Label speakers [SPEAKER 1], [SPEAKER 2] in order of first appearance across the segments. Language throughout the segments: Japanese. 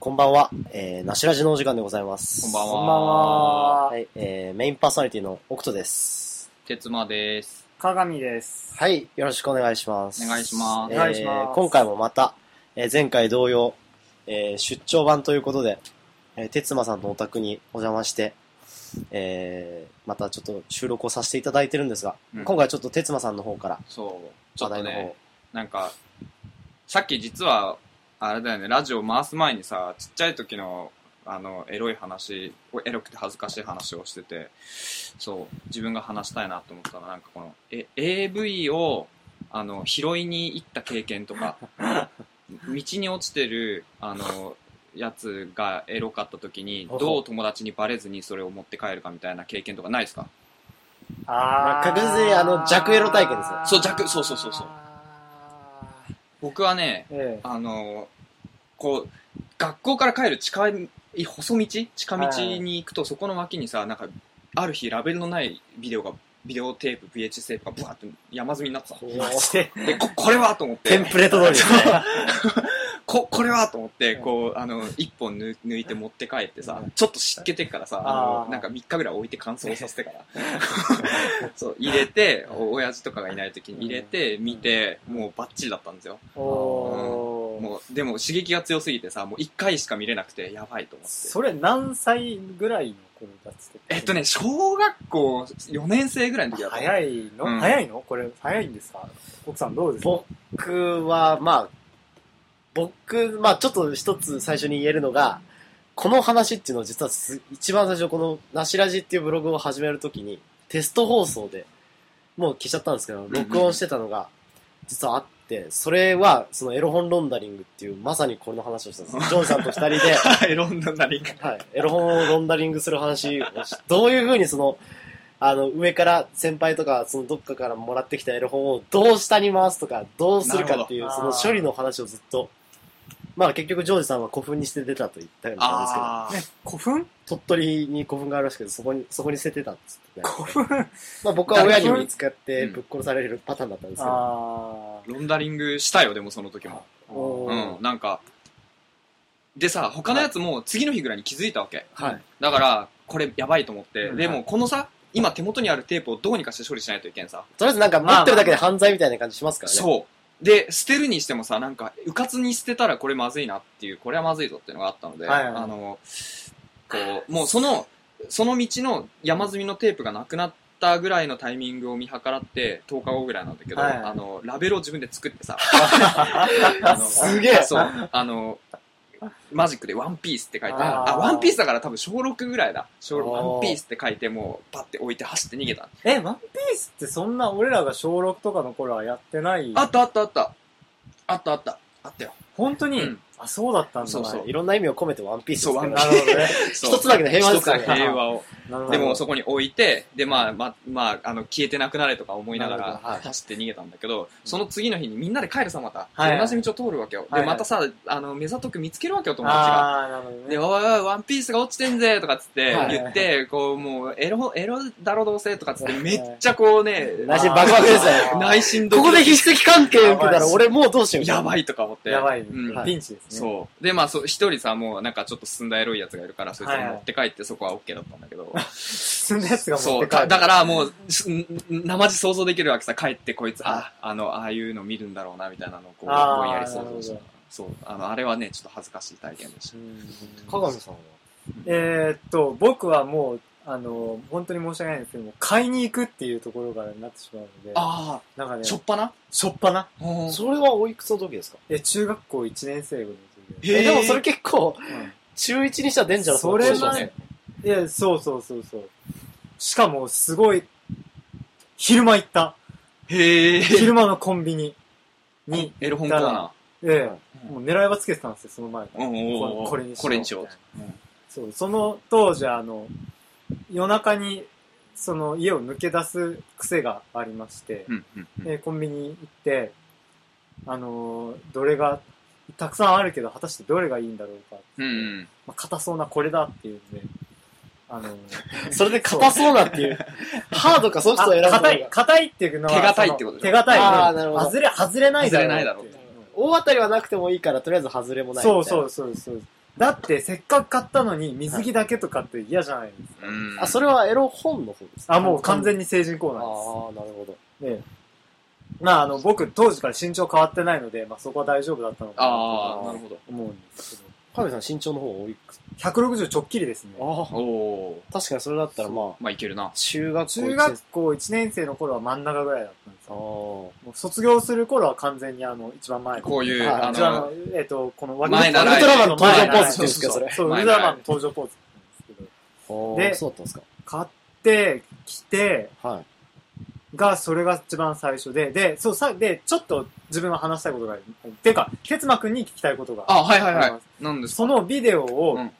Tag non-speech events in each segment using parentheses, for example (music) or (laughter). [SPEAKER 1] こんばんは。えー、なしらじのお時間でございます。
[SPEAKER 2] こんばんは
[SPEAKER 3] こんばんは。
[SPEAKER 1] はい、えー、メインパーソナリティの奥斗です。
[SPEAKER 2] 鉄馬です。
[SPEAKER 3] 鏡です。
[SPEAKER 1] はい、よろしくお願いします。
[SPEAKER 2] お願いします
[SPEAKER 1] えー
[SPEAKER 3] お願いします
[SPEAKER 1] 今回もまた、えー前回同様、えー出張版ということで、えー、哲馬さんのお宅にお邪魔して、えー、またちょっと収録をさせていただいてるんですが、
[SPEAKER 2] うん
[SPEAKER 1] 今回ちょっと哲馬さんの方から、
[SPEAKER 2] そう。ちょ
[SPEAKER 1] 話
[SPEAKER 2] っ
[SPEAKER 1] 題
[SPEAKER 2] と
[SPEAKER 1] の方、
[SPEAKER 2] ね、なんか、さっき実は、あれだよね、ラジオ回す前にさ、ちっちゃい時の、あの、エロい話、エロくて恥ずかしい話をしてて、そう、自分が話したいなと思ったら、なんかこの、え、AV を、あの、拾いに行った経験とか、 (laughs) 道に落ちてる、あの、やつがエロかった時に、どう友達にバレずにそれを持って帰るかみたいな経験とかないですか
[SPEAKER 1] まあ確実にあの弱エロ体験ですよ
[SPEAKER 2] そう弱そうそうそうそう
[SPEAKER 3] あ
[SPEAKER 2] 僕はね、
[SPEAKER 3] ー。ええ。
[SPEAKER 2] あの、こう、学校から帰る近い、細道近道に行くと、そこの脇にさ、なんか、ある日ラベルのないビデオが、ビデオテープ、VHS テープがブワーって山積みになってたの。
[SPEAKER 1] マジで
[SPEAKER 2] で、こ、これはと思っ
[SPEAKER 1] テン
[SPEAKER 2] て、
[SPEAKER 1] プレート通りですね。
[SPEAKER 2] こ、これはと思って、こう、あの、一本抜抜いて持って帰ってさ
[SPEAKER 1] う、
[SPEAKER 2] ちょっと湿気てっからさ、あ
[SPEAKER 3] あ
[SPEAKER 2] の、
[SPEAKER 3] ー
[SPEAKER 2] なんか3日ぐらい置いて乾燥させて (laughs) から、そう、入れて、お親父とかがいない時に入れて、見て、もうバッチリだったんですよ。
[SPEAKER 3] おー。
[SPEAKER 2] もうでも刺激が強すぎてさもう1回しか見れなくてやばいと思って
[SPEAKER 3] それ何歳ぐらいの頃だっつって
[SPEAKER 2] えっとね小学校4年生ぐらいの時だった
[SPEAKER 3] 早いの、
[SPEAKER 2] うん (laughs)
[SPEAKER 3] 早いのこれ、早いんですか奥さんどうですか
[SPEAKER 1] 僕は、まあ、僕、まあちょっと一つ最初に言えるのが、この話っていうのを実はす一番最初このなしラジっていうブログを始めるときにテスト放送でもう消しちゃったんですけど、
[SPEAKER 2] んうん
[SPEAKER 1] 録音してたのが実はあって、それはそのエロ本ロンダリングっていうまさにこれの話をしたんです。ジョンさんと二人で、
[SPEAKER 2] いろんななりが
[SPEAKER 1] はい、エロ本をロンダリングする話をし、 (laughs) どういう風にその、あの、上から先輩とか、そのどっかからもらってきたエロ本をどう下に回すとか、どうするかっていう、
[SPEAKER 3] なる
[SPEAKER 1] そ
[SPEAKER 3] ほ
[SPEAKER 1] の
[SPEAKER 3] ど
[SPEAKER 1] 処理の話をずっと、まあ結局ジョージさんは古墳に捨ててたと言ったようなんですけど、
[SPEAKER 2] あー
[SPEAKER 3] 古墳
[SPEAKER 1] 鳥取に古墳があるらしくて、そこに、そこに捨ててたんです
[SPEAKER 2] (laughs)
[SPEAKER 1] ってね。
[SPEAKER 3] 古墳
[SPEAKER 1] まあ僕は親に見つかってぶっ殺されるパターンだったんですけど、
[SPEAKER 3] あ
[SPEAKER 2] ロンダリングしたよでもその時も
[SPEAKER 3] ー。
[SPEAKER 1] お
[SPEAKER 2] う
[SPEAKER 1] ー
[SPEAKER 2] んなんかでさ他のやつも次の日ぐらいに気づいたわけ、
[SPEAKER 1] はい
[SPEAKER 2] だからこれやばいと思って、
[SPEAKER 1] うん
[SPEAKER 2] でもこのさ今手元にあるテープをどうにかして処理しないといけんさ、
[SPEAKER 1] とりあえずなんか持ってるだけで犯罪みたいな感じしますからね。
[SPEAKER 2] そうで捨てるにしてもさなんかうかつに捨てたらこれまずいなっていうこれはまずいぞっていうのがあったので、
[SPEAKER 3] はいはい
[SPEAKER 2] あのこうもうそのその道の山積みのテープがなくなったぐらいのタイミングを見計らって10日後ぐらいなんだけど、
[SPEAKER 3] はい
[SPEAKER 2] あのラベルを自分で作
[SPEAKER 3] (laughs)
[SPEAKER 2] ってさあの
[SPEAKER 1] すげえ
[SPEAKER 2] そうあのマジックで「ワンピースって書いてあ
[SPEAKER 3] あー
[SPEAKER 2] あワンピースだから多分小6ぐらいだ小
[SPEAKER 1] あー
[SPEAKER 2] ワンピースって書いてもうパッて置いて走って逃げた
[SPEAKER 3] え、ワンピースってそんな俺らが小6とかの頃はやってない
[SPEAKER 2] あったあったあったあったあったあったよ
[SPEAKER 3] 本当に、
[SPEAKER 2] うん
[SPEAKER 3] あ、そうだったんだ。
[SPEAKER 2] そうそう
[SPEAKER 1] まあいろんな意味を込めてワンピースです
[SPEAKER 2] そう
[SPEAKER 1] か
[SPEAKER 2] ワ
[SPEAKER 1] ら
[SPEAKER 2] ン
[SPEAKER 1] ね
[SPEAKER 2] ピー
[SPEAKER 3] なるほどね。
[SPEAKER 2] そう
[SPEAKER 1] 一つだけの平和ですから
[SPEAKER 2] 一
[SPEAKER 1] ね
[SPEAKER 2] つだ。け平和を
[SPEAKER 3] なるほど。
[SPEAKER 2] でもそこに置いてでまあままああの消えてなくなれとか思いな
[SPEAKER 1] な
[SPEAKER 2] が
[SPEAKER 1] る
[SPEAKER 2] ら
[SPEAKER 1] ほどはい
[SPEAKER 2] 走って逃げたんだけどその次の日にみんなで帰るさまた、
[SPEAKER 3] はい
[SPEAKER 2] で同じ道を通るわけよ、
[SPEAKER 3] はいは
[SPEAKER 2] で
[SPEAKER 3] い
[SPEAKER 2] またさあの目ざとく見つけるわけよ友達が。
[SPEAKER 3] あー、なるほどね。
[SPEAKER 2] で、おいおい、ワンピースが落ちてんぜとかっつって
[SPEAKER 1] はい
[SPEAKER 2] 言って、こう、もう、エロ、エロだろどうせとかっつって、めっちゃこうね、
[SPEAKER 1] 内心バクバクですよね。
[SPEAKER 2] 内心ド
[SPEAKER 1] こ
[SPEAKER 2] キ
[SPEAKER 1] こ
[SPEAKER 2] ド
[SPEAKER 1] で
[SPEAKER 2] キ
[SPEAKER 1] 筆跡関係受けたら俺もうどうしようみたい
[SPEAKER 2] や
[SPEAKER 1] な。
[SPEAKER 2] ばいとか思って。
[SPEAKER 3] やばい、
[SPEAKER 2] うん
[SPEAKER 1] はい
[SPEAKER 3] ピンチですね。
[SPEAKER 2] そう。で、まあ、そう一人さ、もうなんかちょっと進んだエロいやつがいるから、そいつを
[SPEAKER 3] はいはい
[SPEAKER 2] 持って帰って、そこは OK だったんだけど。
[SPEAKER 3] 進んだやつが持っ
[SPEAKER 2] そう
[SPEAKER 3] て帰
[SPEAKER 2] だ
[SPEAKER 3] る。
[SPEAKER 2] だからもうすん生地想像できるわけさ帰ってこいつああのああいうの見るんだろうなみたいなのをこう
[SPEAKER 3] あー
[SPEAKER 2] ぼんやり想像し
[SPEAKER 3] な
[SPEAKER 2] て
[SPEAKER 3] る
[SPEAKER 2] そうあのあれはねちょっと恥ずかしい体験でした
[SPEAKER 1] 鏡さんは
[SPEAKER 3] えーっと、僕はもう、あの、本当に申し訳ないんですけども、買いに行くっていうところからなってしまうので、
[SPEAKER 2] あ
[SPEAKER 3] なんか
[SPEAKER 2] あ
[SPEAKER 3] ね、
[SPEAKER 2] しょっぱな
[SPEAKER 3] しょっぱな。
[SPEAKER 1] それはおいくつの時ですか
[SPEAKER 3] え、中学校1年生ぐらいの時で。
[SPEAKER 2] へー
[SPEAKER 1] えでもそれ結構、
[SPEAKER 3] うん
[SPEAKER 1] 中1にしたらデンジャラスな
[SPEAKER 3] それ
[SPEAKER 1] ポジション
[SPEAKER 3] は
[SPEAKER 1] です
[SPEAKER 3] ね、いや、そうそうそうそう。しかも、すごい、昼間行った。
[SPEAKER 2] へえ
[SPEAKER 3] (laughs) 昼間のコンビニに、
[SPEAKER 2] エロ本コーナ
[SPEAKER 3] え
[SPEAKER 2] う
[SPEAKER 3] え、
[SPEAKER 2] ん
[SPEAKER 3] もう狙いはつけてたんですよ、その前から
[SPEAKER 2] ーうんうんうん
[SPEAKER 3] これにしよう
[SPEAKER 2] これにしよう
[SPEAKER 3] そう、その当時、あの、夜中に、その家を抜け出す癖がありまして、
[SPEAKER 2] うんうんうん
[SPEAKER 3] でコンビニ行って、あのーどれが、たくさんあるけど、果たしてどれがいいんだろうか。
[SPEAKER 2] うんうん
[SPEAKER 3] まあ、硬そうなこれだっていうんで、あのー
[SPEAKER 1] それで硬そうなっていう。 (laughs) ハードかソフトを選ぶ
[SPEAKER 3] あ
[SPEAKER 1] の
[SPEAKER 3] 硬
[SPEAKER 1] が
[SPEAKER 3] い、硬いっていうのは、
[SPEAKER 2] 手堅いってことでしょ
[SPEAKER 3] その手堅い。
[SPEAKER 1] あーなるほど
[SPEAKER 3] 外れ、外れないだろうっていう。
[SPEAKER 2] 外れない
[SPEAKER 1] 大当たりはなくてもいいから、とりあえず外れもないみたい
[SPEAKER 3] そ
[SPEAKER 1] な。
[SPEAKER 3] うそうそうそう。だってせっかく買ったのに水着だけとかって嫌じゃないですか。
[SPEAKER 2] うん
[SPEAKER 1] あ、それはエロ本の方ですか
[SPEAKER 3] あ、もう完全
[SPEAKER 1] に。
[SPEAKER 3] に成人コ
[SPEAKER 1] あ
[SPEAKER 3] ー
[SPEAKER 1] あ
[SPEAKER 3] ナー
[SPEAKER 1] ー、なるほど。
[SPEAKER 3] です。ねえまああの、僕当時から身長変わってないので、まあそこは大丈夫だったのかな
[SPEAKER 2] ああ、なるほど。
[SPEAKER 3] と思うんですけど。
[SPEAKER 1] 神さん身長の方多いく
[SPEAKER 3] 160ちょっきりですね。
[SPEAKER 1] ああ、
[SPEAKER 2] おお
[SPEAKER 1] 確かにそれだったらまあ、
[SPEAKER 2] ー。まあ、いけるな。
[SPEAKER 1] 中学校
[SPEAKER 3] 中
[SPEAKER 1] 一年
[SPEAKER 3] 学校1年生の頃は真ん中ぐらいだったんです
[SPEAKER 1] あー
[SPEAKER 3] よ。もう卒業する頃は完全にあの、一番前
[SPEAKER 2] こういう、
[SPEAKER 1] はい
[SPEAKER 2] あ
[SPEAKER 3] あじゃああ
[SPEAKER 2] の
[SPEAKER 3] の、、えっ、と、この
[SPEAKER 2] 前習い
[SPEAKER 3] ウルトラマンの登
[SPEAKER 2] 前
[SPEAKER 3] 場ポ
[SPEAKER 2] 習い
[SPEAKER 3] ーズですけど、
[SPEAKER 1] そうそう
[SPEAKER 3] そう、ウ
[SPEAKER 2] 前習い
[SPEAKER 3] ルトラマンの登場ポーズなんです
[SPEAKER 1] あー。
[SPEAKER 3] で
[SPEAKER 1] そうだったんです
[SPEAKER 3] けど、買って、着て、
[SPEAKER 1] か。はい。
[SPEAKER 3] が、それが一番最初で、で、そう、さ、で、ちょっと自分は話したいことがある。っていうか、ケツマ君に聞きたいことが
[SPEAKER 2] あ、はいはい
[SPEAKER 3] あり
[SPEAKER 2] は
[SPEAKER 3] ます
[SPEAKER 2] い。なんですか
[SPEAKER 3] そ、のビデオを、
[SPEAKER 2] うん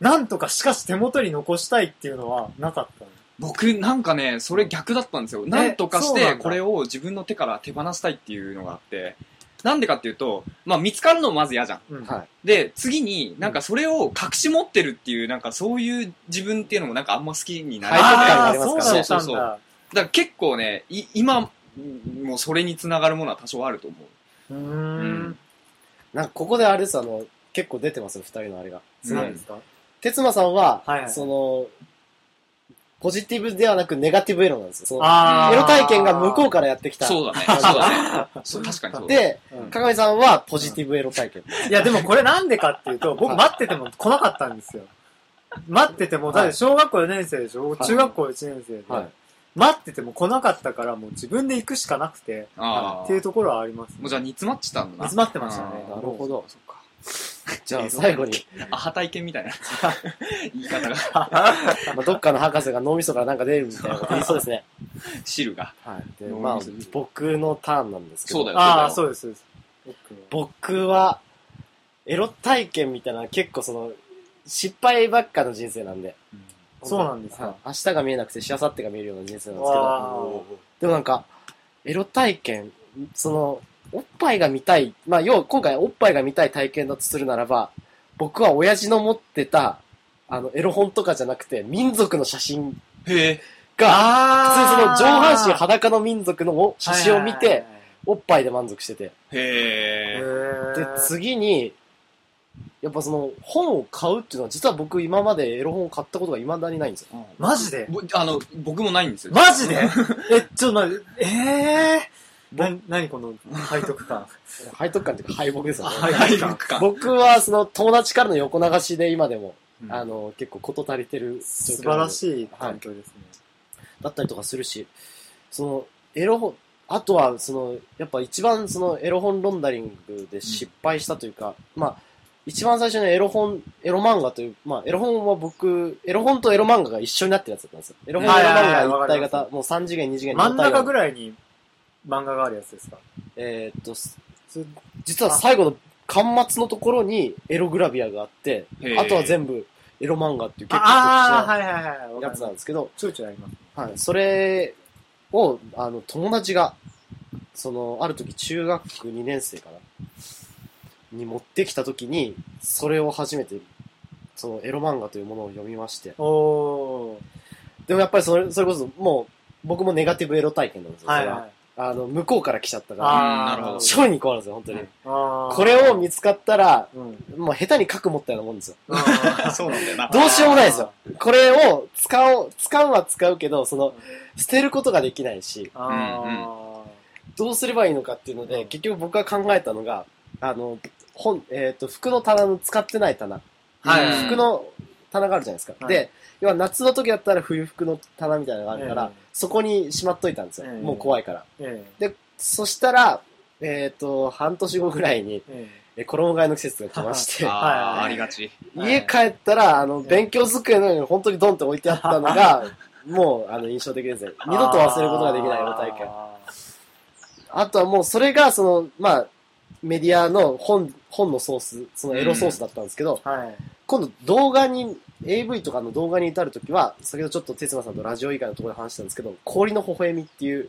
[SPEAKER 3] なんとかしかし手元に残したいっていうのはなかったの
[SPEAKER 2] 僕、なんかね、それ逆だったんですよ。なんとかし
[SPEAKER 3] そうな
[SPEAKER 2] て、
[SPEAKER 3] んだ
[SPEAKER 2] これを自分の手から手放したいっていうのがあって、なんでかっていうと、まあ、見つかるのもまず嫌じゃん。
[SPEAKER 3] うん
[SPEAKER 1] はい。
[SPEAKER 2] で、次に、なんかそれを隠し持ってるっていう、なんかそういう自分っていうのもなんかあんま好きになら
[SPEAKER 1] 背
[SPEAKER 2] な
[SPEAKER 1] 徳
[SPEAKER 2] い。
[SPEAKER 1] 感が
[SPEAKER 3] あ
[SPEAKER 1] あ
[SPEAKER 3] あ、
[SPEAKER 1] りますから
[SPEAKER 3] そうだ
[SPEAKER 2] ね
[SPEAKER 3] ったん
[SPEAKER 2] そうそう
[SPEAKER 3] だ。
[SPEAKER 2] だから結構ね、い今、もうそれにつながるものは多少あると思う。
[SPEAKER 3] うー
[SPEAKER 2] うん
[SPEAKER 3] ん。
[SPEAKER 1] なんかここであれです、あの、結構出てますよ、二人のあれが。
[SPEAKER 2] うん
[SPEAKER 3] 何ですか
[SPEAKER 1] 哲馬さんは、
[SPEAKER 3] はいはい
[SPEAKER 1] その、ポジティブではなくネガティブエロなんですよ。その
[SPEAKER 3] あー
[SPEAKER 1] エロ体験が向こうからやってきた。
[SPEAKER 2] そうだね。そうだね。そう確かにそうだ。
[SPEAKER 1] で、
[SPEAKER 3] うん
[SPEAKER 1] 鏡さんはポジティブエロ体験。
[SPEAKER 3] いや、でもこれなんでかっていう
[SPEAKER 1] (laughs)
[SPEAKER 3] と、僕待ってても来なかったんですよ。待ってても、だって小学校4年生でしょ、
[SPEAKER 1] はい
[SPEAKER 3] 中学校1年生で、
[SPEAKER 1] はい。
[SPEAKER 3] 待ってても来なかったから、もう自分で行くしかなくて、
[SPEAKER 2] ああ。
[SPEAKER 3] っていうところはあります、
[SPEAKER 2] もうじゃあ煮詰まってたんだな。
[SPEAKER 3] 煮詰まってましたね
[SPEAKER 2] あー
[SPEAKER 1] なるほど。
[SPEAKER 2] そっか。
[SPEAKER 1] じゃあ最後に、
[SPEAKER 2] アハ体験み
[SPEAKER 3] (laughs)
[SPEAKER 2] たいな言い方が、
[SPEAKER 1] まあ、どっかの博士が脳みそからなんか出るみたいなこと言いそうですね。
[SPEAKER 2] 汁が。
[SPEAKER 1] はい。で、ま
[SPEAKER 2] 脳
[SPEAKER 1] あ
[SPEAKER 2] みそ、
[SPEAKER 1] 僕のターンなんですけど。
[SPEAKER 2] そうだよ
[SPEAKER 3] ああ、そうです、そうです。
[SPEAKER 1] 僕は、エロ体験みたいな結構その、失敗ばっかの人生なんで。
[SPEAKER 3] そうなんですか
[SPEAKER 1] はい明日が見えなくて、しあさってが見えるような人生なんですけど。
[SPEAKER 3] わー
[SPEAKER 1] でもなんか、エロ体験、その、おっぱいが見たい、まあ、要は今回おっぱいが見たい体験だとするならば、僕は親父の持ってた、あの、エロ本とかじゃなくて、民族の写真
[SPEAKER 2] へえ。
[SPEAKER 1] が、普
[SPEAKER 3] あ
[SPEAKER 1] 通その上半身裸の民族の写真を見て、、おっぱいで満足してて。
[SPEAKER 2] へえ。
[SPEAKER 1] で
[SPEAKER 3] で、
[SPEAKER 1] 次に、やっぱその、本を買うっていうのは、実は僕今までエロ本を買ったことが未だにないんですよ。
[SPEAKER 3] マジで
[SPEAKER 2] ぼあの、僕もないんですよ。
[SPEAKER 3] マジで (laughs) え、ちょっと待って、えぇ、ー、な、何この背徳
[SPEAKER 1] (laughs)
[SPEAKER 3] 感。
[SPEAKER 1] 背徳感っていうか敗北ですよね。
[SPEAKER 3] はい
[SPEAKER 2] 体育
[SPEAKER 3] (laughs)
[SPEAKER 2] 館。
[SPEAKER 1] 僕はその友達からの横流しで今でも、
[SPEAKER 2] うん
[SPEAKER 1] あの、結構事足りてる
[SPEAKER 3] 素晴ら
[SPEAKER 1] い。
[SPEAKER 3] しい環境ですね。
[SPEAKER 1] だったりとかするし、その、エロ本、あとは、その、やっぱ一番そのエロ本ロンダリングで失敗したというか、まあ、一番最初のエロ本、エロ漫画という、まあ、エロ本は僕、エロ本とエロ漫画が一緒になってるやつだったんですよ。エロ本、エロ
[SPEAKER 3] はいはいはい
[SPEAKER 1] 漫画
[SPEAKER 3] わ
[SPEAKER 1] 一
[SPEAKER 3] か
[SPEAKER 1] 体
[SPEAKER 3] ります
[SPEAKER 1] 型、もう3次元、2次元、
[SPEAKER 3] 真ん中ぐ
[SPEAKER 1] らい。
[SPEAKER 3] らいに漫画があるやつですか
[SPEAKER 1] えーっと、
[SPEAKER 3] それ
[SPEAKER 1] 実は最後の巻末のところにエログラビアがあって、
[SPEAKER 2] へー
[SPEAKER 1] あとは全部エロ漫画っていう結構
[SPEAKER 3] ああ、
[SPEAKER 1] 特
[SPEAKER 3] はいはいはい。
[SPEAKER 1] 殊な
[SPEAKER 3] わか
[SPEAKER 1] や
[SPEAKER 3] り
[SPEAKER 1] つな
[SPEAKER 3] ま
[SPEAKER 1] ん
[SPEAKER 3] す
[SPEAKER 1] ですけど、
[SPEAKER 3] ちょいちょいあります。
[SPEAKER 1] はい、それを、あの、友達が、その、ある時中学2年生かなに持ってきた時に、それを初めて、そのエロ漫画というものを読みまして。
[SPEAKER 3] おー。
[SPEAKER 1] でもやっぱりそれ、それこそもう、僕もネガティブエロ体験なんですよ。
[SPEAKER 3] はい
[SPEAKER 1] それ
[SPEAKER 3] は。
[SPEAKER 1] はいあの、向こうから来ちゃったから、
[SPEAKER 3] あー
[SPEAKER 2] なるほど
[SPEAKER 1] 超に怖いんですよ、本当に。
[SPEAKER 2] うん
[SPEAKER 3] あー
[SPEAKER 1] これを見つかったら、
[SPEAKER 3] うん。
[SPEAKER 1] もう下手に核持ったようなもんですよ。
[SPEAKER 2] そうなんだよな。
[SPEAKER 1] どうしようもないですよ。これを使おう、使うは使うけど、その、捨てることができないし、
[SPEAKER 3] あー
[SPEAKER 1] どうすればいいのかっていうので、
[SPEAKER 3] うん
[SPEAKER 1] 結局僕が考えたのが、あの、本、えっ、と、服の棚の使ってない棚。
[SPEAKER 2] はい
[SPEAKER 1] うん服の棚があるじゃないですか。
[SPEAKER 3] はい
[SPEAKER 1] で、要は夏の時だったら冬服の棚みたいなのがあるから、
[SPEAKER 3] うん
[SPEAKER 1] そこにしまっといたんですよ。
[SPEAKER 3] うん
[SPEAKER 1] もう怖いから。
[SPEAKER 3] え
[SPEAKER 1] で、そしたら、えっ、と、半年後ぐらいに、
[SPEAKER 3] ええ
[SPEAKER 1] え衣替えの季節が来ま
[SPEAKER 3] (laughs)
[SPEAKER 1] して、
[SPEAKER 2] あ
[SPEAKER 3] はい
[SPEAKER 2] あ、ありがち。
[SPEAKER 3] はい
[SPEAKER 1] 家帰ったら、あの、勉強机の上に本当にドンって置いてあったのが、もう、あの、印象的ですね。
[SPEAKER 3] え
[SPEAKER 1] 二度と忘れることができない、エロ体験。
[SPEAKER 3] あ
[SPEAKER 1] あとはもう、それが、その、まあ、メディアの本、本のソース、そのエロソースだったんですけど、
[SPEAKER 3] ーはい。
[SPEAKER 1] 今度動画に、AV とかの動画に至るときは、先ほどちょっと哲馬さんとラジオ以外のところで話したんですけど、氷の微笑みっていう、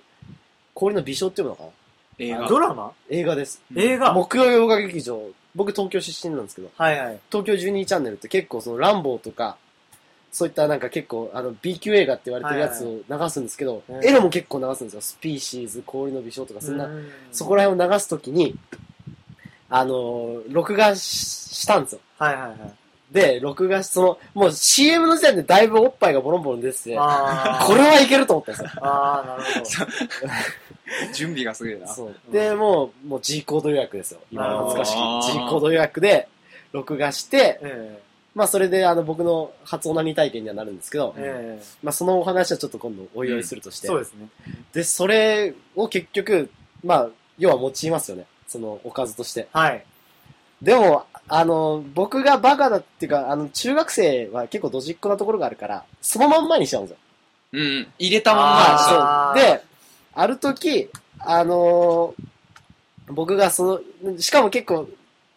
[SPEAKER 1] 氷の微笑っていうのかな
[SPEAKER 2] 映画。
[SPEAKER 3] ドラマ
[SPEAKER 1] 映画です。
[SPEAKER 3] 映画
[SPEAKER 1] 木曜洋画劇場、僕東京出身なんですけど、
[SPEAKER 3] はいはい。
[SPEAKER 1] 東京12チャンネルって結構そのランボーとか、そういったなんか結構あの B 級映画って言われてるやつを流すんですけど、
[SPEAKER 3] はいはい
[SPEAKER 1] エロも結構流すんですよ。スピーシーズ、氷の美少とかそんな、
[SPEAKER 3] うん
[SPEAKER 1] そこら辺を流すときに、あの、録画ししたんですよ。
[SPEAKER 3] はいはいはい。
[SPEAKER 1] で、録画し、その、もう CM の時点でだいぶおっぱいがボロンボロン出てて、
[SPEAKER 3] あー
[SPEAKER 1] これはいけると思ったん
[SPEAKER 3] (laughs)
[SPEAKER 1] ですよ。
[SPEAKER 3] あー、なるほど。
[SPEAKER 2] 準備がすげえな。
[SPEAKER 1] そうで、もう、もう G コード予約ですよ。今の懐かしき
[SPEAKER 2] あー
[SPEAKER 1] G コード予約で、録画して、
[SPEAKER 3] え
[SPEAKER 1] まあそれであの僕の初オナニー体験にはなるんですけど
[SPEAKER 3] え、ええ
[SPEAKER 1] まあそのお話はちょっと今度おいおいするとして、
[SPEAKER 3] そうですね。
[SPEAKER 1] で、それを結局、まあ、要は用いますよね。そのおかずとして。
[SPEAKER 3] はい。
[SPEAKER 1] でも、あの、僕がバカだっていうか、あの、中学生は結構ドジっ子なところがあるから、そのまんまにしちゃうんですよ。
[SPEAKER 2] うんうん。入れたまんまにし
[SPEAKER 3] あ
[SPEAKER 2] た。
[SPEAKER 1] まあ、そう。で、ある時、あのー僕がその、しかも結構、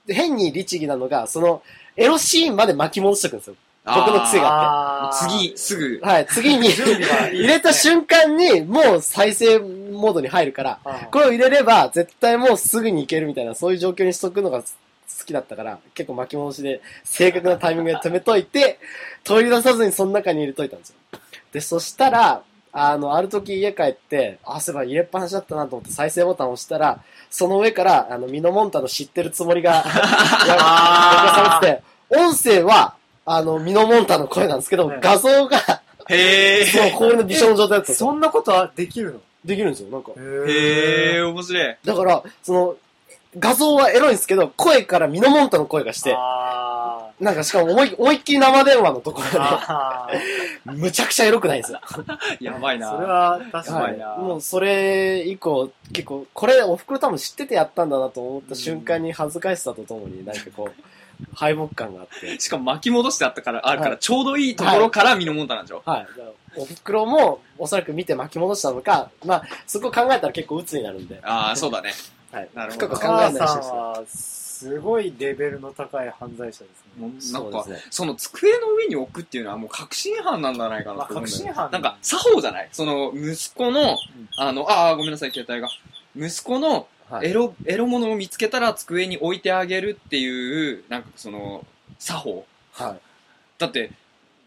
[SPEAKER 1] 変に律儀なのが、その、エロシーンまで巻き戻しておくんですよ。僕の癖が
[SPEAKER 3] あー
[SPEAKER 2] 次、すぐ。
[SPEAKER 1] はい、次に、
[SPEAKER 3] (laughs) 準備がいいですね
[SPEAKER 1] 入れた瞬間に、もう再生モードに入るから、
[SPEAKER 3] あー
[SPEAKER 1] これを入れれば、絶対もうすぐに行けるみたいな、そういう状況にしとくのが好きだったから、結構巻き戻しで、正確なタイミングで止めといて、取り出さずにその中に入れといたんですよ。で、そしたら、あの、ある時家帰って、あ、そういえば入れっぱなしだったなと思って再生ボタンを押したら、その上から、あの、ミノモンタの知ってるつ
[SPEAKER 3] (laughs)
[SPEAKER 1] もりが、ややかさ
[SPEAKER 3] あー
[SPEAKER 1] れてて、音声は、あの、ミノモンタの声なんですけど
[SPEAKER 3] はい、
[SPEAKER 1] 画像
[SPEAKER 3] (laughs)
[SPEAKER 1] が、
[SPEAKER 2] へえ。
[SPEAKER 1] そう、氷の微笑の状態だったんですよ。
[SPEAKER 3] そんなことはできるの
[SPEAKER 1] できるんですよ、なんか。
[SPEAKER 2] へえ、面白い。
[SPEAKER 1] だから、その、画像はエロいんですけど、声からミノモンタの声がし、
[SPEAKER 3] してあ
[SPEAKER 1] なんかしかも思い思いっきり生電話のとこ
[SPEAKER 3] (laughs) ー
[SPEAKER 1] ろ
[SPEAKER 3] あー。
[SPEAKER 1] で、むちゃくちゃエロくないんですよ。
[SPEAKER 2] やばいな。
[SPEAKER 3] それは確
[SPEAKER 2] やば
[SPEAKER 3] か
[SPEAKER 1] はい
[SPEAKER 3] に。
[SPEAKER 2] な
[SPEAKER 1] もうそれ以降、結構、これおふくろ多分知っててやったんだなと思った瞬間に恥ずかしさとともに、なんかこう、敗北感があって。
[SPEAKER 2] しかも巻き戻してあったから、あるか
[SPEAKER 1] は
[SPEAKER 2] ら、ちょうどいいところから身のもんだなんでしょ。
[SPEAKER 1] はい。だからおふくろも、おそらく見て巻き戻したのか、まあ、そこ考えたら結構鬱になるんで、
[SPEAKER 2] ああ、そうだね。
[SPEAKER 1] はい。
[SPEAKER 2] なるほ
[SPEAKER 1] 深
[SPEAKER 2] ど
[SPEAKER 1] く
[SPEAKER 3] お
[SPEAKER 1] 考えないよう
[SPEAKER 3] 母
[SPEAKER 1] に
[SPEAKER 3] さ
[SPEAKER 1] して
[SPEAKER 3] ん
[SPEAKER 1] ですね。
[SPEAKER 3] は、すごいレベルの高い犯罪者ですね。
[SPEAKER 2] もうな
[SPEAKER 1] そ
[SPEAKER 2] ん
[SPEAKER 1] うで
[SPEAKER 2] か
[SPEAKER 1] す、ね。
[SPEAKER 2] その机の上に置くっていうのはもう確信犯なんじゃないかなと思うんだよね
[SPEAKER 3] まあ確信犯
[SPEAKER 2] なんか、作法じゃないその、息子の、あの、ああ、ごめんなさい、携帯が。息子の
[SPEAKER 1] はい
[SPEAKER 2] エロ、エロ物を見つけたら机に置いてあげるっていう、なんかその、作法。
[SPEAKER 1] はい。
[SPEAKER 2] だって、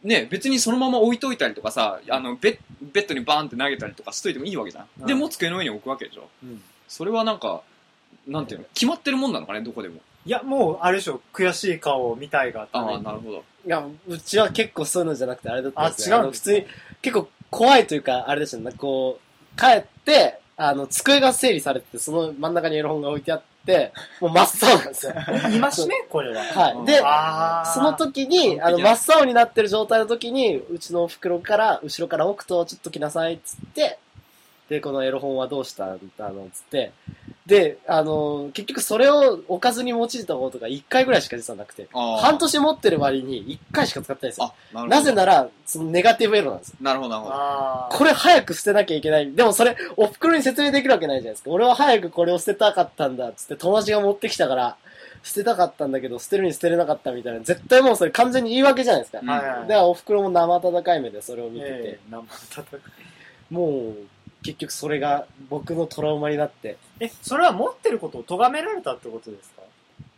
[SPEAKER 2] ね、別にそのまま置いといたりとかさ、あの、ベッ、ベッドにバーンって投げたりとかしといてもいいわけじゃん。で
[SPEAKER 3] うん
[SPEAKER 2] もう机の上に置くわけでしょ。
[SPEAKER 3] うん
[SPEAKER 2] それはなんか、なんていうの決まってるもんなのかね、どこでも。
[SPEAKER 3] いや、もう、あれでしょ、悔しい顔を見たいがた
[SPEAKER 2] あ
[SPEAKER 3] め
[SPEAKER 2] あ、
[SPEAKER 3] に
[SPEAKER 2] なるほど。
[SPEAKER 1] いや、うちは結構そういうのじゃなくて、あれだったんです
[SPEAKER 3] あ
[SPEAKER 1] よ。
[SPEAKER 3] 違う
[SPEAKER 1] の
[SPEAKER 3] んで
[SPEAKER 1] 普
[SPEAKER 3] す
[SPEAKER 1] 通に、結構怖いというか、あれですよね、こう、帰って、あの、机が整理されてて、その真ん中にエロ本が置いてあって、もう真っ青なん
[SPEAKER 2] (laughs)
[SPEAKER 1] ですよ。
[SPEAKER 3] 言いましね、これは。
[SPEAKER 1] はい。で、
[SPEAKER 3] あー
[SPEAKER 1] その時に、あの、真っ青になってる状態の時に、うちのお袋から、後ろから置くと、ちょっと来なさい、っつって、で、このエロ本はどうしたんだの、つって。で、あの、結局それをおかずに用いたことが1回ぐらいしか実はなくて、
[SPEAKER 2] あー
[SPEAKER 1] 半年持ってる割に1回しか使ってないんですよ。
[SPEAKER 2] あ、なるほど。
[SPEAKER 1] なぜなら、そのネガティブエロなんですよ。
[SPEAKER 2] なるほど、なるほど。
[SPEAKER 3] あー
[SPEAKER 1] これ早く捨てなきゃいけない。でもそれ、お袋に説明できるわけないじゃないですか。俺は早くこれを捨てたかったんだ、つって友達が持ってきたから、捨てたかったんだけど、捨てるに捨てれなかったみたいな。絶対もうそれ完全に言い訳じゃないですか。
[SPEAKER 2] うん
[SPEAKER 1] だか
[SPEAKER 3] はいはい
[SPEAKER 1] らお袋も生温かい目でそれを見てて、
[SPEAKER 3] ええ生戦い
[SPEAKER 1] もう、結局それが僕のトラウマになって、
[SPEAKER 3] え、それは持ってることを咎められたってことですか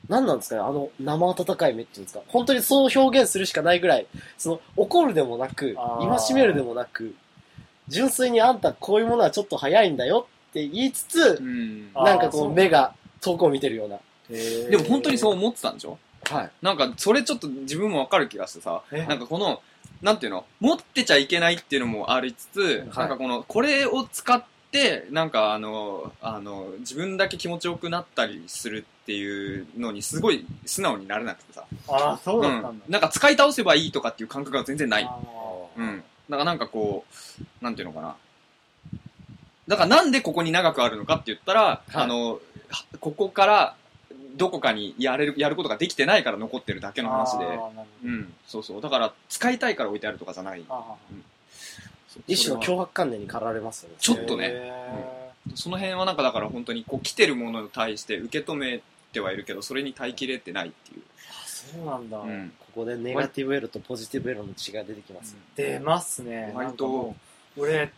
[SPEAKER 1] 何なんですかねあの生温かい目っていうんですか本当にそう表現するしかないぐらいその怒るでもなく
[SPEAKER 3] あー
[SPEAKER 1] 戒めるでもなく純粋にあんたこういうものはちょっと早いんだよって言いつつ
[SPEAKER 2] うん
[SPEAKER 3] あー
[SPEAKER 1] なんか
[SPEAKER 3] そ
[SPEAKER 1] こ
[SPEAKER 3] う
[SPEAKER 1] う目が遠くを見てるような
[SPEAKER 2] で
[SPEAKER 3] で
[SPEAKER 2] も本当にそう思ってたんでしょ
[SPEAKER 1] はい
[SPEAKER 2] なんか、それちょっと自分もわかる気がしてさ、
[SPEAKER 3] え
[SPEAKER 2] なんかこの、なんていうの持ってちゃいけないっていうのもありつつ、
[SPEAKER 1] い
[SPEAKER 2] なんかこの、これを使って、なんかあの、あの、自分だけ気持ちよくなったりするっていうのにすごい素直になれなくてさ、
[SPEAKER 3] ああ、そうだったんだ。
[SPEAKER 2] なんか使い倒せばいいとかっていう感覚が全然ない。
[SPEAKER 3] あー
[SPEAKER 2] うん。だからなんかこう、なんていうのかな。だからなんでここに長くあるのかって言ったら、あの、はここからどこかにやれる、やることができてないから残ってるだけの話で
[SPEAKER 3] あー。なるほど
[SPEAKER 2] うん、そうそう。だから使いたいから置いてあるとかじゃない。
[SPEAKER 3] あ
[SPEAKER 2] そう
[SPEAKER 1] 一種の
[SPEAKER 2] それは
[SPEAKER 1] 脅迫観念に駆られますよね
[SPEAKER 2] ちょ
[SPEAKER 3] ー
[SPEAKER 2] っとね
[SPEAKER 3] へ
[SPEAKER 2] その辺はなんかだから本当にこう来てるものに対して受け止めてはいるけど、それに耐えきれてないっていう。
[SPEAKER 3] ーあそうなんだ。
[SPEAKER 2] うん。
[SPEAKER 1] ここでネガティブエロとポジティブエロの血が出てきます、
[SPEAKER 3] 出ますね。
[SPEAKER 2] 割と
[SPEAKER 3] なんかもう俺、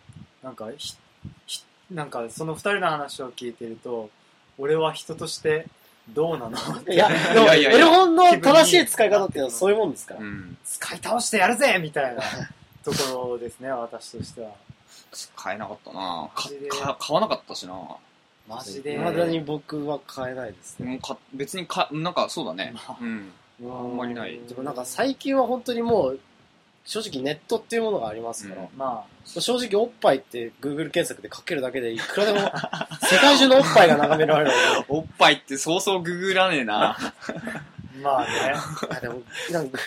[SPEAKER 3] なんかひ、ひなんかその二人の話を聞いてると、俺は人としてどうなの
[SPEAKER 1] いやでも
[SPEAKER 2] いやいや
[SPEAKER 1] エ
[SPEAKER 2] いや
[SPEAKER 1] ロ本の正しい使い方っていうのはそういうもんですから、
[SPEAKER 2] うん。
[SPEAKER 3] 使い倒してやるぜみた
[SPEAKER 2] (laughs)
[SPEAKER 3] いなところですね、私としては。
[SPEAKER 2] 使えなかったな
[SPEAKER 3] マジで
[SPEAKER 2] かか買わなかったしな
[SPEAKER 3] マジ
[SPEAKER 1] い
[SPEAKER 3] で。
[SPEAKER 1] まだに僕は買えないですね。
[SPEAKER 2] もうか別にか、なんかそうだね。うん。
[SPEAKER 1] あ
[SPEAKER 2] んまりない
[SPEAKER 1] でもなんか最近は本当にもう、正直ネットっていうものがありますから、
[SPEAKER 2] うん
[SPEAKER 3] ま
[SPEAKER 1] 正直おっぱいって Google 検索でかけるだけでいくらでも世界中のおっぱいが眺められるわ
[SPEAKER 2] おっぱいってそうそうググらねえな。
[SPEAKER 3] あ、まあね。
[SPEAKER 1] けであでもなんか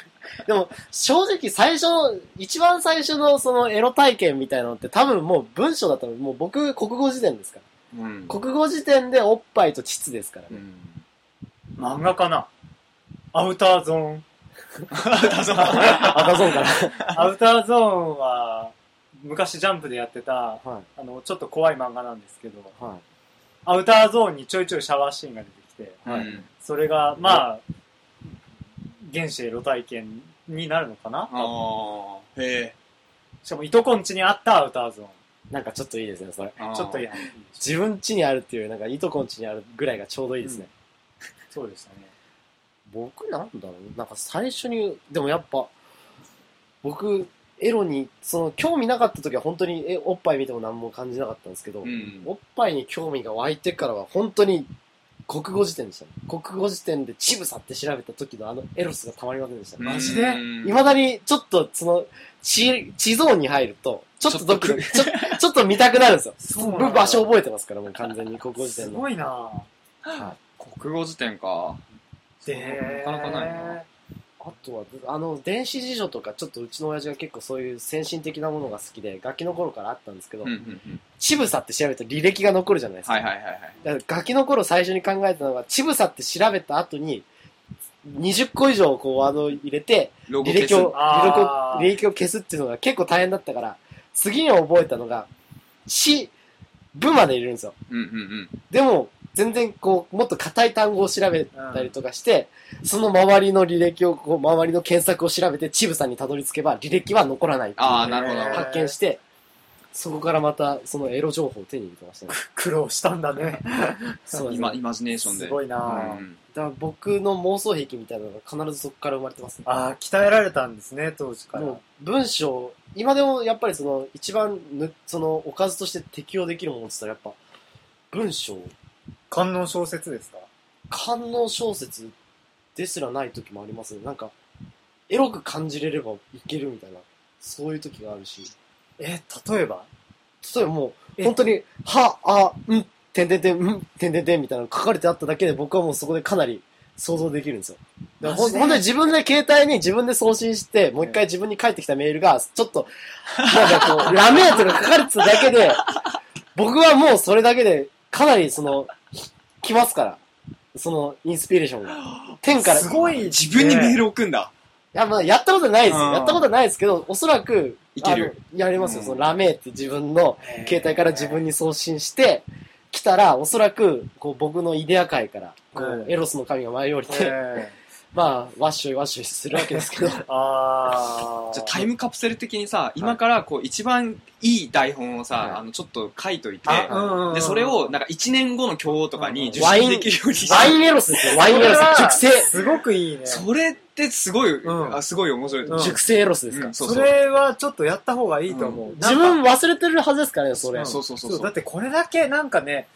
[SPEAKER 1] でも正直最初の一番最初のそのエロ体験みたいなのって多分もう文章だったのもう僕国語辞典ですから
[SPEAKER 2] うん。
[SPEAKER 1] 国語辞典でおっぱいと膣ですから
[SPEAKER 2] う
[SPEAKER 1] ね、
[SPEAKER 2] ん。
[SPEAKER 3] 漫画かなアウターゾーン。
[SPEAKER 1] あだそうから
[SPEAKER 3] (laughs) アウターゾーンは、昔ジャンプでやってた、
[SPEAKER 1] は
[SPEAKER 3] あの、ちょっと怖い漫画なんですけど、
[SPEAKER 1] いはい
[SPEAKER 3] アウターゾーンにちょいちょいシャワーシーンが出てきて、
[SPEAKER 1] はい
[SPEAKER 2] うん
[SPEAKER 3] それが、まあ、原始エロ体験になるのかな
[SPEAKER 2] ああ。へえ。
[SPEAKER 3] しかも、いとこんちにあったアウターゾー
[SPEAKER 1] なんかちょっといいですねそれ
[SPEAKER 2] あー
[SPEAKER 3] ン。ちょっといや、
[SPEAKER 1] 自分家にあるっていうよりなんかいとこん家にあるぐらいがちょうどいいですね、
[SPEAKER 3] そうでしたね。
[SPEAKER 1] 僕なんだろうなんか最初にでもやっぱ僕エロにその興味なかった時は本当にえおっぱい見ても何も感じなかったんですけど、
[SPEAKER 2] うん。
[SPEAKER 1] おっぱいに興味が湧いてからは本当に国語辞典でしたね国語辞典でちぶさって調べた時のあのエロスがたまりませんでしたね
[SPEAKER 3] マジで
[SPEAKER 1] いま、未だにちょっとその地地ゾーンに入るとちょっとドキドキちょちょっと見たくなるんですよ
[SPEAKER 3] そうなんだ
[SPEAKER 1] 僕場所覚えてますからもう完全に国語辞
[SPEAKER 3] す
[SPEAKER 1] 典の
[SPEAKER 3] ごいなぁ。
[SPEAKER 2] 国語辞典か。
[SPEAKER 3] で
[SPEAKER 2] なかなかないな
[SPEAKER 1] あとは、あの、電子辞書とか、ちょっとうちの親父が結構そういう先進的なものが好きで、ガキの頃からあったんですけど
[SPEAKER 2] うん、うんうん。
[SPEAKER 1] ちぶさって調べると履歴が残るじゃないですか。
[SPEAKER 2] はいはいはいはい。
[SPEAKER 1] だからガキの頃最初に考えたのが、ちぶさって調べた後に、20個以上こうワードを入れて、
[SPEAKER 2] ロゴ
[SPEAKER 1] 履
[SPEAKER 2] 消
[SPEAKER 1] 歴
[SPEAKER 2] す。
[SPEAKER 1] を、
[SPEAKER 3] あ
[SPEAKER 1] 履
[SPEAKER 3] ー
[SPEAKER 1] 歴を履歴を消すっていうのが結構大変だったから、次に覚えたのが、ち、ぶまで入れるんですよ。
[SPEAKER 2] うんうん
[SPEAKER 1] でも、全然こう、もっと硬い単語を調べたりとかして、その周りの履歴を、こう、周りの検索を調べて、チブさんにたどり着けば、履歴は残らないっていう
[SPEAKER 2] あーなるほど
[SPEAKER 1] 発見して、そこからまた、そのエロ情報を手に入れてましたね。
[SPEAKER 3] 苦労したんだね。
[SPEAKER 1] そうで
[SPEAKER 2] うん。
[SPEAKER 1] す
[SPEAKER 2] 今、
[SPEAKER 1] ね。
[SPEAKER 2] イマジネーションで。
[SPEAKER 3] すごいな
[SPEAKER 2] う
[SPEAKER 3] ぁ。
[SPEAKER 2] ん
[SPEAKER 1] だから僕の妄想癖みたいなのが必ずそこから生まれてますね。
[SPEAKER 3] ああ、鍛えられたんですね、当時から。
[SPEAKER 1] もう文章、今でもやっぱりその、一番ぬ、その、おかずとして適用できるものって言ったら、やっぱ、文章、
[SPEAKER 3] 観音小説ですか
[SPEAKER 1] 観音小説ですらない時もありますね。なんか、エロく感じれればいけるみたいな、そういう時があるし。
[SPEAKER 3] え、例えば
[SPEAKER 1] 例えばもう、
[SPEAKER 3] え
[SPEAKER 1] 本当に、は、あ、うん、てんてんてん、うん、てんてんてんみたいなの書かれてあっただけで僕はもうそこでかなり想像できるんですよ。だからほん
[SPEAKER 3] マジで
[SPEAKER 1] 本当に自分で携帯に自分で送信して、もう一回自分に返ってきたメールが、ちょっと、なんかこう、 (laughs) ラメーとか書かれてただけで、僕はもうそれだけで、かなりその、き来ますから。その、インスピレーション
[SPEAKER 3] (gasps)
[SPEAKER 1] が。天から。
[SPEAKER 3] すごい、
[SPEAKER 2] 自分にメー
[SPEAKER 3] ル。
[SPEAKER 2] ル送るんだ。
[SPEAKER 1] いや、まあ、やったことないです
[SPEAKER 2] う
[SPEAKER 1] よ。
[SPEAKER 2] ん
[SPEAKER 1] やったことないですけど、おそらく、
[SPEAKER 2] いける
[SPEAKER 1] あのやりますよ。
[SPEAKER 2] うん
[SPEAKER 1] そのラメーって自分の携帯から自分
[SPEAKER 3] に。
[SPEAKER 1] に送信して、来たら、おそらく、こう、僕のイデア界から、こう
[SPEAKER 3] う、ん
[SPEAKER 1] エロスの神が舞い降り
[SPEAKER 3] え
[SPEAKER 1] て、
[SPEAKER 2] (laughs)
[SPEAKER 3] え
[SPEAKER 1] まあ、ワッシュイワッシュイするわけですけど、
[SPEAKER 3] ああ。
[SPEAKER 2] じゃあタイムカプセル的にさ、今からこう一番いい台本をさ、
[SPEAKER 1] はい
[SPEAKER 2] あのちょっと書いといて、
[SPEAKER 3] あうんうんうん
[SPEAKER 2] で、それをなんか1年後の今日とかに受
[SPEAKER 1] ワイ
[SPEAKER 2] 信
[SPEAKER 1] ン
[SPEAKER 2] できるように
[SPEAKER 1] (laughs)
[SPEAKER 2] し
[SPEAKER 1] ワ
[SPEAKER 2] て、
[SPEAKER 1] インエロスですよ。ワ
[SPEAKER 3] タ
[SPEAKER 1] インエロス。熟成。
[SPEAKER 3] すごくいいね。そ
[SPEAKER 2] それってすごい、
[SPEAKER 3] うん
[SPEAKER 2] あすごい面白いと
[SPEAKER 3] うん
[SPEAKER 2] 思う。
[SPEAKER 1] 熟成エロスですか
[SPEAKER 2] う
[SPEAKER 1] ら
[SPEAKER 2] ん。そうそう
[SPEAKER 3] れはちょっとやった方がいいと思う。
[SPEAKER 1] 自分忘れてるはずですからね、それ
[SPEAKER 3] うん。
[SPEAKER 2] そうそうそう
[SPEAKER 3] そう、
[SPEAKER 2] そ
[SPEAKER 3] だ
[SPEAKER 2] う
[SPEAKER 3] っ。てこれだけなんかね、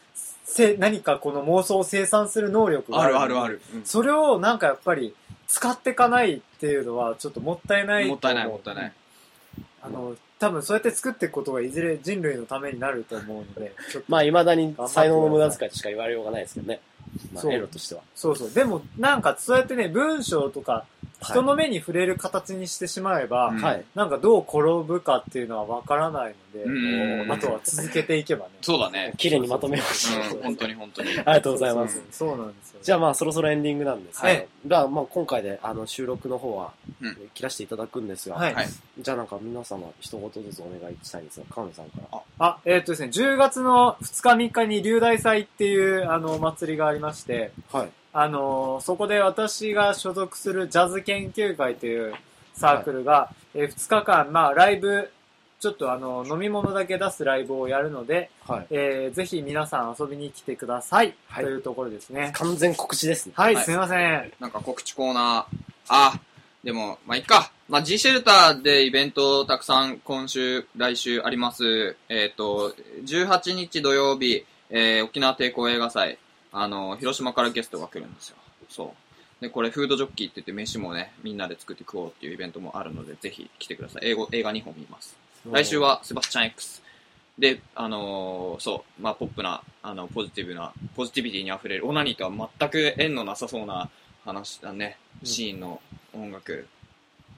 [SPEAKER 3] せ、何かこの妄想を生産する能力が
[SPEAKER 2] あるあるあ
[SPEAKER 3] る。
[SPEAKER 2] る。うん
[SPEAKER 3] それをなんかやっぱり使ってかないっていうのはちょっともったいないと思う。
[SPEAKER 2] もったいないもったいない。
[SPEAKER 3] あの、多分そうやって作っていくことがいずれ人類のためになると思うので、ちょっと
[SPEAKER 1] まあ、未だに才能の無駄遣いとしか言われようがないですけどね。ま
[SPEAKER 3] そ
[SPEAKER 1] あ、
[SPEAKER 3] う
[SPEAKER 1] エロとしては。
[SPEAKER 3] そうそう。でも、なんかそうやってね、文章とか、
[SPEAKER 1] はい
[SPEAKER 3] 人の目に触れる形にしてしまえば、
[SPEAKER 2] うん
[SPEAKER 1] はい。
[SPEAKER 3] なんかどう転ぶかっていうのはわからないので、
[SPEAKER 2] うん
[SPEAKER 3] あとは続けていけばね。
[SPEAKER 2] そうだね。
[SPEAKER 1] 綺麗にまとめました。
[SPEAKER 2] うん、本当に本当に。
[SPEAKER 1] (laughs) ありがとうございます。
[SPEAKER 3] そうそうなんですよ。
[SPEAKER 1] じゃあ
[SPEAKER 3] あ、
[SPEAKER 1] まあそろそろエンディングなんですけど、
[SPEAKER 3] はい
[SPEAKER 1] じゃあまあ今回であの収録の方は
[SPEAKER 2] うん
[SPEAKER 1] 切らせていただくんですが、
[SPEAKER 3] はい。
[SPEAKER 2] はい
[SPEAKER 1] じゃあなんか皆様一言ずつお願いしたいんですが、河野さんから。
[SPEAKER 3] あ、えっ、とですね、10月の2日3日に龍大祭っていう、あの、お祭りがありまして、
[SPEAKER 1] はい。
[SPEAKER 3] あのーそこで私が所属するジャズ研究会というサークルが、え2日間、まあ、ライブ、ちょっとあの、飲み物だけ出すライブをやるので、
[SPEAKER 1] はい。
[SPEAKER 3] えーぜひ皆さん遊びに来てください。
[SPEAKER 1] はい
[SPEAKER 3] というところですね。
[SPEAKER 1] 完全告知ですね。
[SPEAKER 3] はい、
[SPEAKER 2] はい
[SPEAKER 3] すいません。
[SPEAKER 2] なんか告知コーナー。あ、でも、まあ、いっか。まあ、G シェルターでイベントたくさん今週、来週あります。えっ、と、18日土曜日、えー沖縄抵抗映画祭、あの、広島からゲストが来るんですよ。そう。で、これ、フードジョッキーって言って、飯もね、みんなで作って食おうっていうイベントもあるので、ぜひ来てください。英語、映画2本見ます。来週はセバスチャン X であのーそうまあポップなあのポジティブなポジティビティにあふれるオナニーとは全く縁のなさそうな話だね
[SPEAKER 3] うん
[SPEAKER 2] シーンの音楽、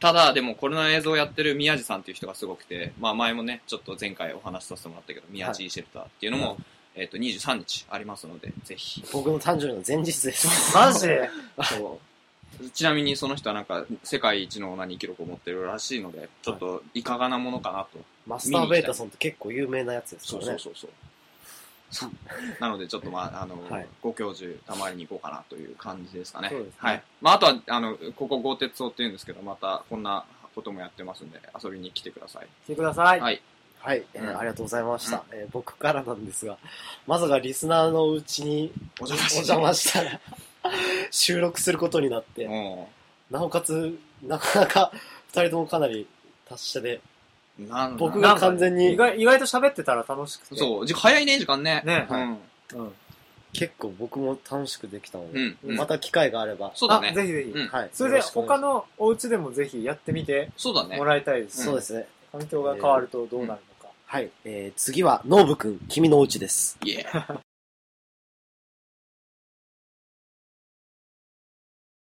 [SPEAKER 2] ただでもこれの映像をやってる宮地さんっていう人がすごくて、まあ、前もねちょっと前回お話しさせてもらったけど宮地シェルターっていうのも、えっと23日ありますのでぜひ
[SPEAKER 1] 僕の誕生日の前日です。
[SPEAKER 3] マジで
[SPEAKER 2] そうちなみにその人はなんか世界一のオナニー記録を持ってるらしいのでちょっといかがなものかなと
[SPEAKER 1] (laughs) マスターベータソンって結構有名なやつです
[SPEAKER 2] そ
[SPEAKER 1] か
[SPEAKER 2] う
[SPEAKER 1] ら
[SPEAKER 2] そ
[SPEAKER 1] ね
[SPEAKER 2] う。そうそう。なので、ちょっと、まあ、あの、
[SPEAKER 1] はい
[SPEAKER 2] ご教授、賜りに行こうかなという感じですかね。
[SPEAKER 3] そうですね
[SPEAKER 2] はい。まあ、あとは、あの、ここ、豪鉄荘って言うんですけど、また、こんなこともやってますんで、遊びに来てください。
[SPEAKER 3] 来てください。
[SPEAKER 2] はい
[SPEAKER 1] はい、えー
[SPEAKER 2] うん
[SPEAKER 1] ありがとうございました、えー僕からなんですが、まさかリスナーのうちに
[SPEAKER 2] お
[SPEAKER 1] お
[SPEAKER 2] 邪魔し
[SPEAKER 1] 邪魔したら収録することになって、
[SPEAKER 2] も
[SPEAKER 1] なおかつ、なかなか二人ともかなり達者で、
[SPEAKER 2] う、なん
[SPEAKER 1] 僕が
[SPEAKER 2] な
[SPEAKER 3] なんか
[SPEAKER 1] 完全に
[SPEAKER 3] 意外、意外と喋ってたら楽しくて。
[SPEAKER 2] そう、じ早いね、時間ね。
[SPEAKER 3] ね
[SPEAKER 2] う
[SPEAKER 3] は
[SPEAKER 2] ん。
[SPEAKER 3] うん。
[SPEAKER 1] 結構僕も楽しくできたの
[SPEAKER 2] う
[SPEAKER 1] で、
[SPEAKER 2] ん。うん
[SPEAKER 1] また機会があれば、
[SPEAKER 2] そうだ
[SPEAKER 3] あ、
[SPEAKER 2] ね。
[SPEAKER 3] ぜひぜひ
[SPEAKER 2] う。ん。
[SPEAKER 1] はい。
[SPEAKER 3] それで、
[SPEAKER 1] よろしくお
[SPEAKER 3] 他
[SPEAKER 1] 願いし
[SPEAKER 3] のお家でもぜひやってみて
[SPEAKER 2] そうだね
[SPEAKER 3] も。らいたいで
[SPEAKER 1] ます
[SPEAKER 3] す。
[SPEAKER 1] そうですね。
[SPEAKER 3] 環境が変わるとどうなるのか。
[SPEAKER 1] はい。えー、次は、ノーブくん、君のお家です。
[SPEAKER 2] イエーイ